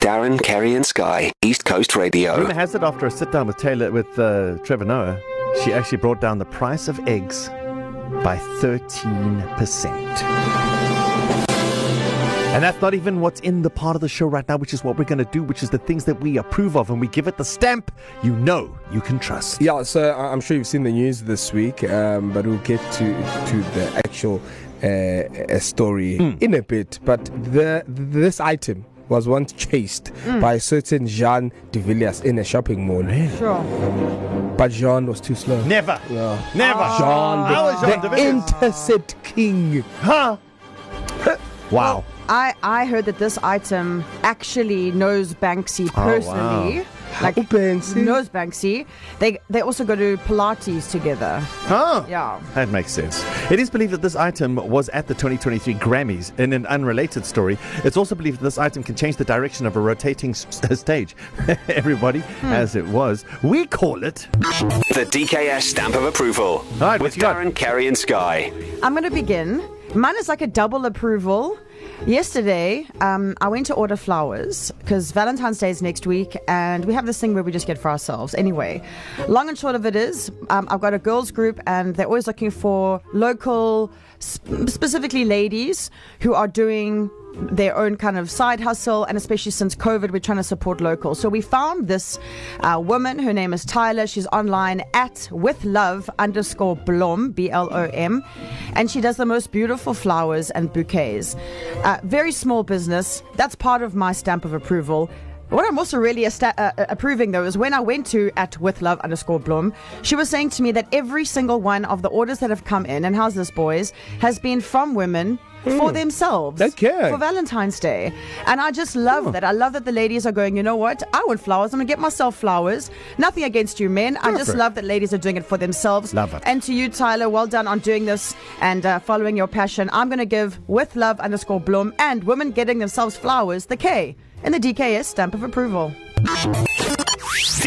Darren, Kerry, and Sky, East Coast Radio. Rumor has it after a sit down with Taylor with uh, Trevor Noah, she actually brought down the price of eggs by thirteen percent. And that's not even what's in the part of the show right now, which is what we're going to do, which is the things that we approve of, and we give it the stamp you know you can trust. Yeah, so I- I'm sure you've seen the news this week, um, but we'll get to to the actual uh, uh, story Hmm. in a bit. But the this item was once chased Hmm. by a certain Jean de Villiers in a shopping mall, Sure. but Jean was too slow. Never, Yeah. never. Jean, How is Jean de the, Villiers? intercept king. Huh? wow. I, I heard that this item actually knows Banksy wow. personally. Like Oh, Banksy. knows Banksy. They they also go to Pilates together. Huh? Yeah. That makes sense. It is believed that this item was at the 2023 Grammys. In an unrelated story, it's also believed that this item can change the direction of a rotating s- s- stage. Everybody, as it was, we call it. The DKS stamp of approval. All right, with what you got? Darren, Kerry, and Sky. I'm going to begin. Mine is like a double approval. Yesterday, um, I went to order flowers because Valentine's Day is next week, and we have this thing where we just get for ourselves. Anyway, long and short of it is, um, I've got a girls' group, and they're always looking for local, sp- specifically ladies, who are doing their own kind of side hustle, and especially since COVID, we're trying to support local. So we found this uh, woman. Her name is Tyler. She's online at with love underscore Blom B L O M, and she does the most beautiful flowers and bouquets. Uh, very small business. That's part of my stamp of approval. What I'm also really esta- uh, uh, approving though is when I went to at with love underscore Blom, she was saying to me that every single one of the orders that have come in, and how's this, boys, has been from women for themselves Okay. for Valentine's Day. And I just Hmm. love that. I love that the ladies are going, you know what? I want flowers. I'm going to get myself flowers. Nothing against you, men. I just love that ladies are doing it for themselves. Love it. And to you, Tyler, well done on doing this and uh, following your passion. I'm going to give with love underscore bloom and women getting themselves flowers the K in the DKS stamp of approval.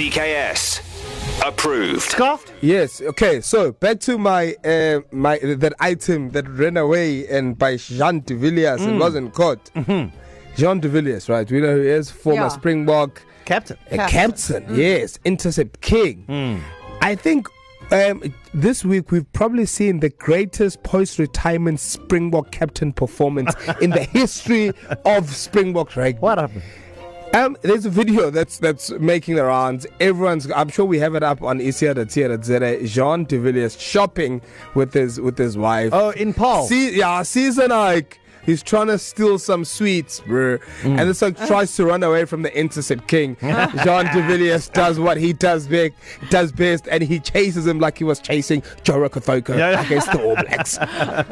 DKS. Approved. Scarfed? Yes. Okay. So back to my uh, my that item that ran away and by Jean de Villiers and wasn't caught. Jean de Villiers, right? We know who he is. Former Yeah. Springbok. Captain. A Captain. captain, yes, intercept king. I think um, this week we've probably seen the greatest post-retirement Springbok captain performance in the history of Springbok rugby. What happened? Um, there's a video that's that's making the rounds. Everyone's, I'm sure we have it up on E ECR.TR.ZA. Jean de Villiers shopping with his with his wife. Oh, in Paul. See, yeah, season like he's trying to steal some sweets, bro. Mm. And this Uh-huh. like tries to run away from the intercept king. Jean de Villiers does what he does big, does best, and he chases him like he was chasing Jorah Kathoka Yeah, yeah. against the All Blacks.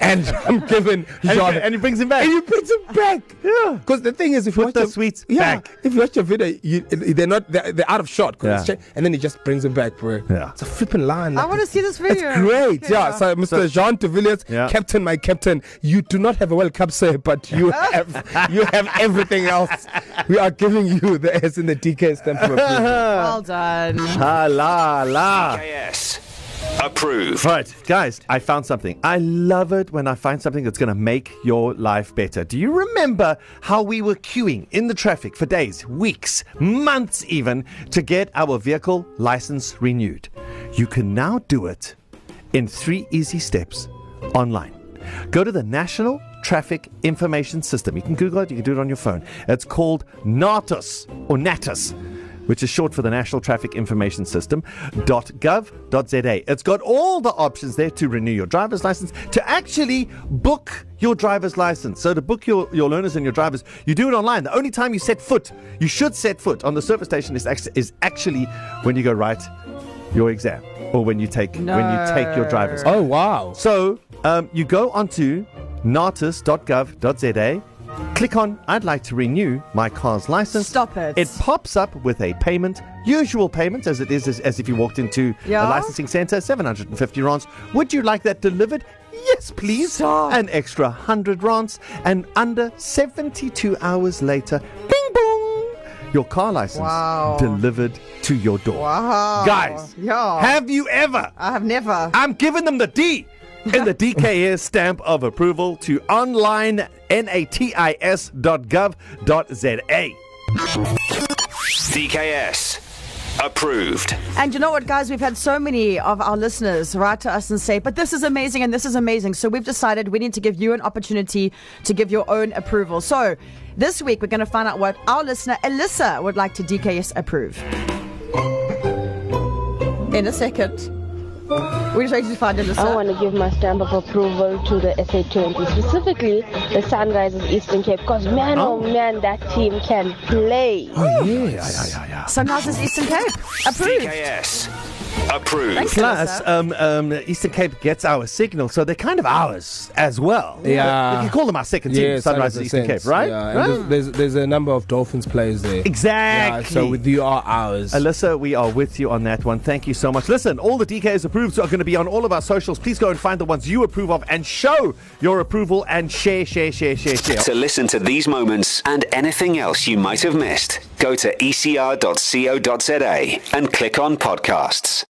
and I'm giving and, Jean. he, and he brings him back. and he brings him back. Yeah. Because the thing is, if you Put watch the sweets yeah, back. If you watch the video, you, they're not they're, they're out of shot. 'cause it's Yeah. cha- and then he just brings him back, bro. Yeah. It's a flipping line. I like, want to see this video. it's great. Yeah. So, Mr. Jean de Villiers, Yeah. captain, my captain, you do not have a World Cup, sir, but you have you have everything else. We are giving you the S in the DK stamp. of approval. Well done. Ah, la, la. DKS. Approved. Right, guys, I found something. I love it when I find something that's going to make your life better. Do you remember how we were queuing in the traffic for days, weeks, months even to get our vehicle license renewed? You can now do it in three easy steps online. Go to the National Traffic Information System. You can Google it, you can do it on your phone. It's called NATIS or NATIS which is short for the National Traffic Information System, .gov.za. It's got all the options there to renew your driver's license, to actually book your driver's license. So to book your, your learners and your drivers, you do it online. The only time you set foot, you should set foot on the service station is, act- is actually when you go write your exam or when you take when you take your driver's oh wow. so um, you go onto natus.gov.za, click on I'd like to renew my car's license. Stop it. It pops up with a payment, usual payment as it is as, as if you walked into a Yeah? licensing center, 750 rands. Would you like that delivered? Yes, please. Stop. An extra 100 rands and under 72 hours later, bing bong, your car license Wow. delivered to your door. Wow. Guys, Yeah. have you ever I have never. I'm giving them the D in the DKS stamp of approval to online natis.gov.za. DKS. Approved. And you know what, guys? We've had so many of our listeners write to us and say, but this is amazing and this is amazing. So we've decided we need to give you an opportunity to give your own approval. So this week, we're going to find out what our listener, Alyssa, would like to DKS approve. In a second. We're just waiting to find Alyssa. I want to give my stamp of approval to the SA20, specifically the Sunrisers Eastern Cape, because man, oh man, that team can play. Sunrisers Eastern Cape. Approved. DKS. Approved. Thanks, Plus, Alyssa. um, um, Eastern Cape gets our signal, so they're kind of ours as well. Yeah. You call them our second team, Yes, Sunrise 100%. Eastern Cape, right? Yeah, and Right? There's, there's there's a number of Dolphins players there. Exactly. Yeah, so with you are ours. Alyssa, we are with you on that one. Thank you so much. Listen, all the DKs approved are going to be on all of our socials. Please go and find the ones you approve of and show your approval and share, share, share, share, share. To listen to these moments and anything else E you might have missed, go to ecr.co.za and click on podcasts.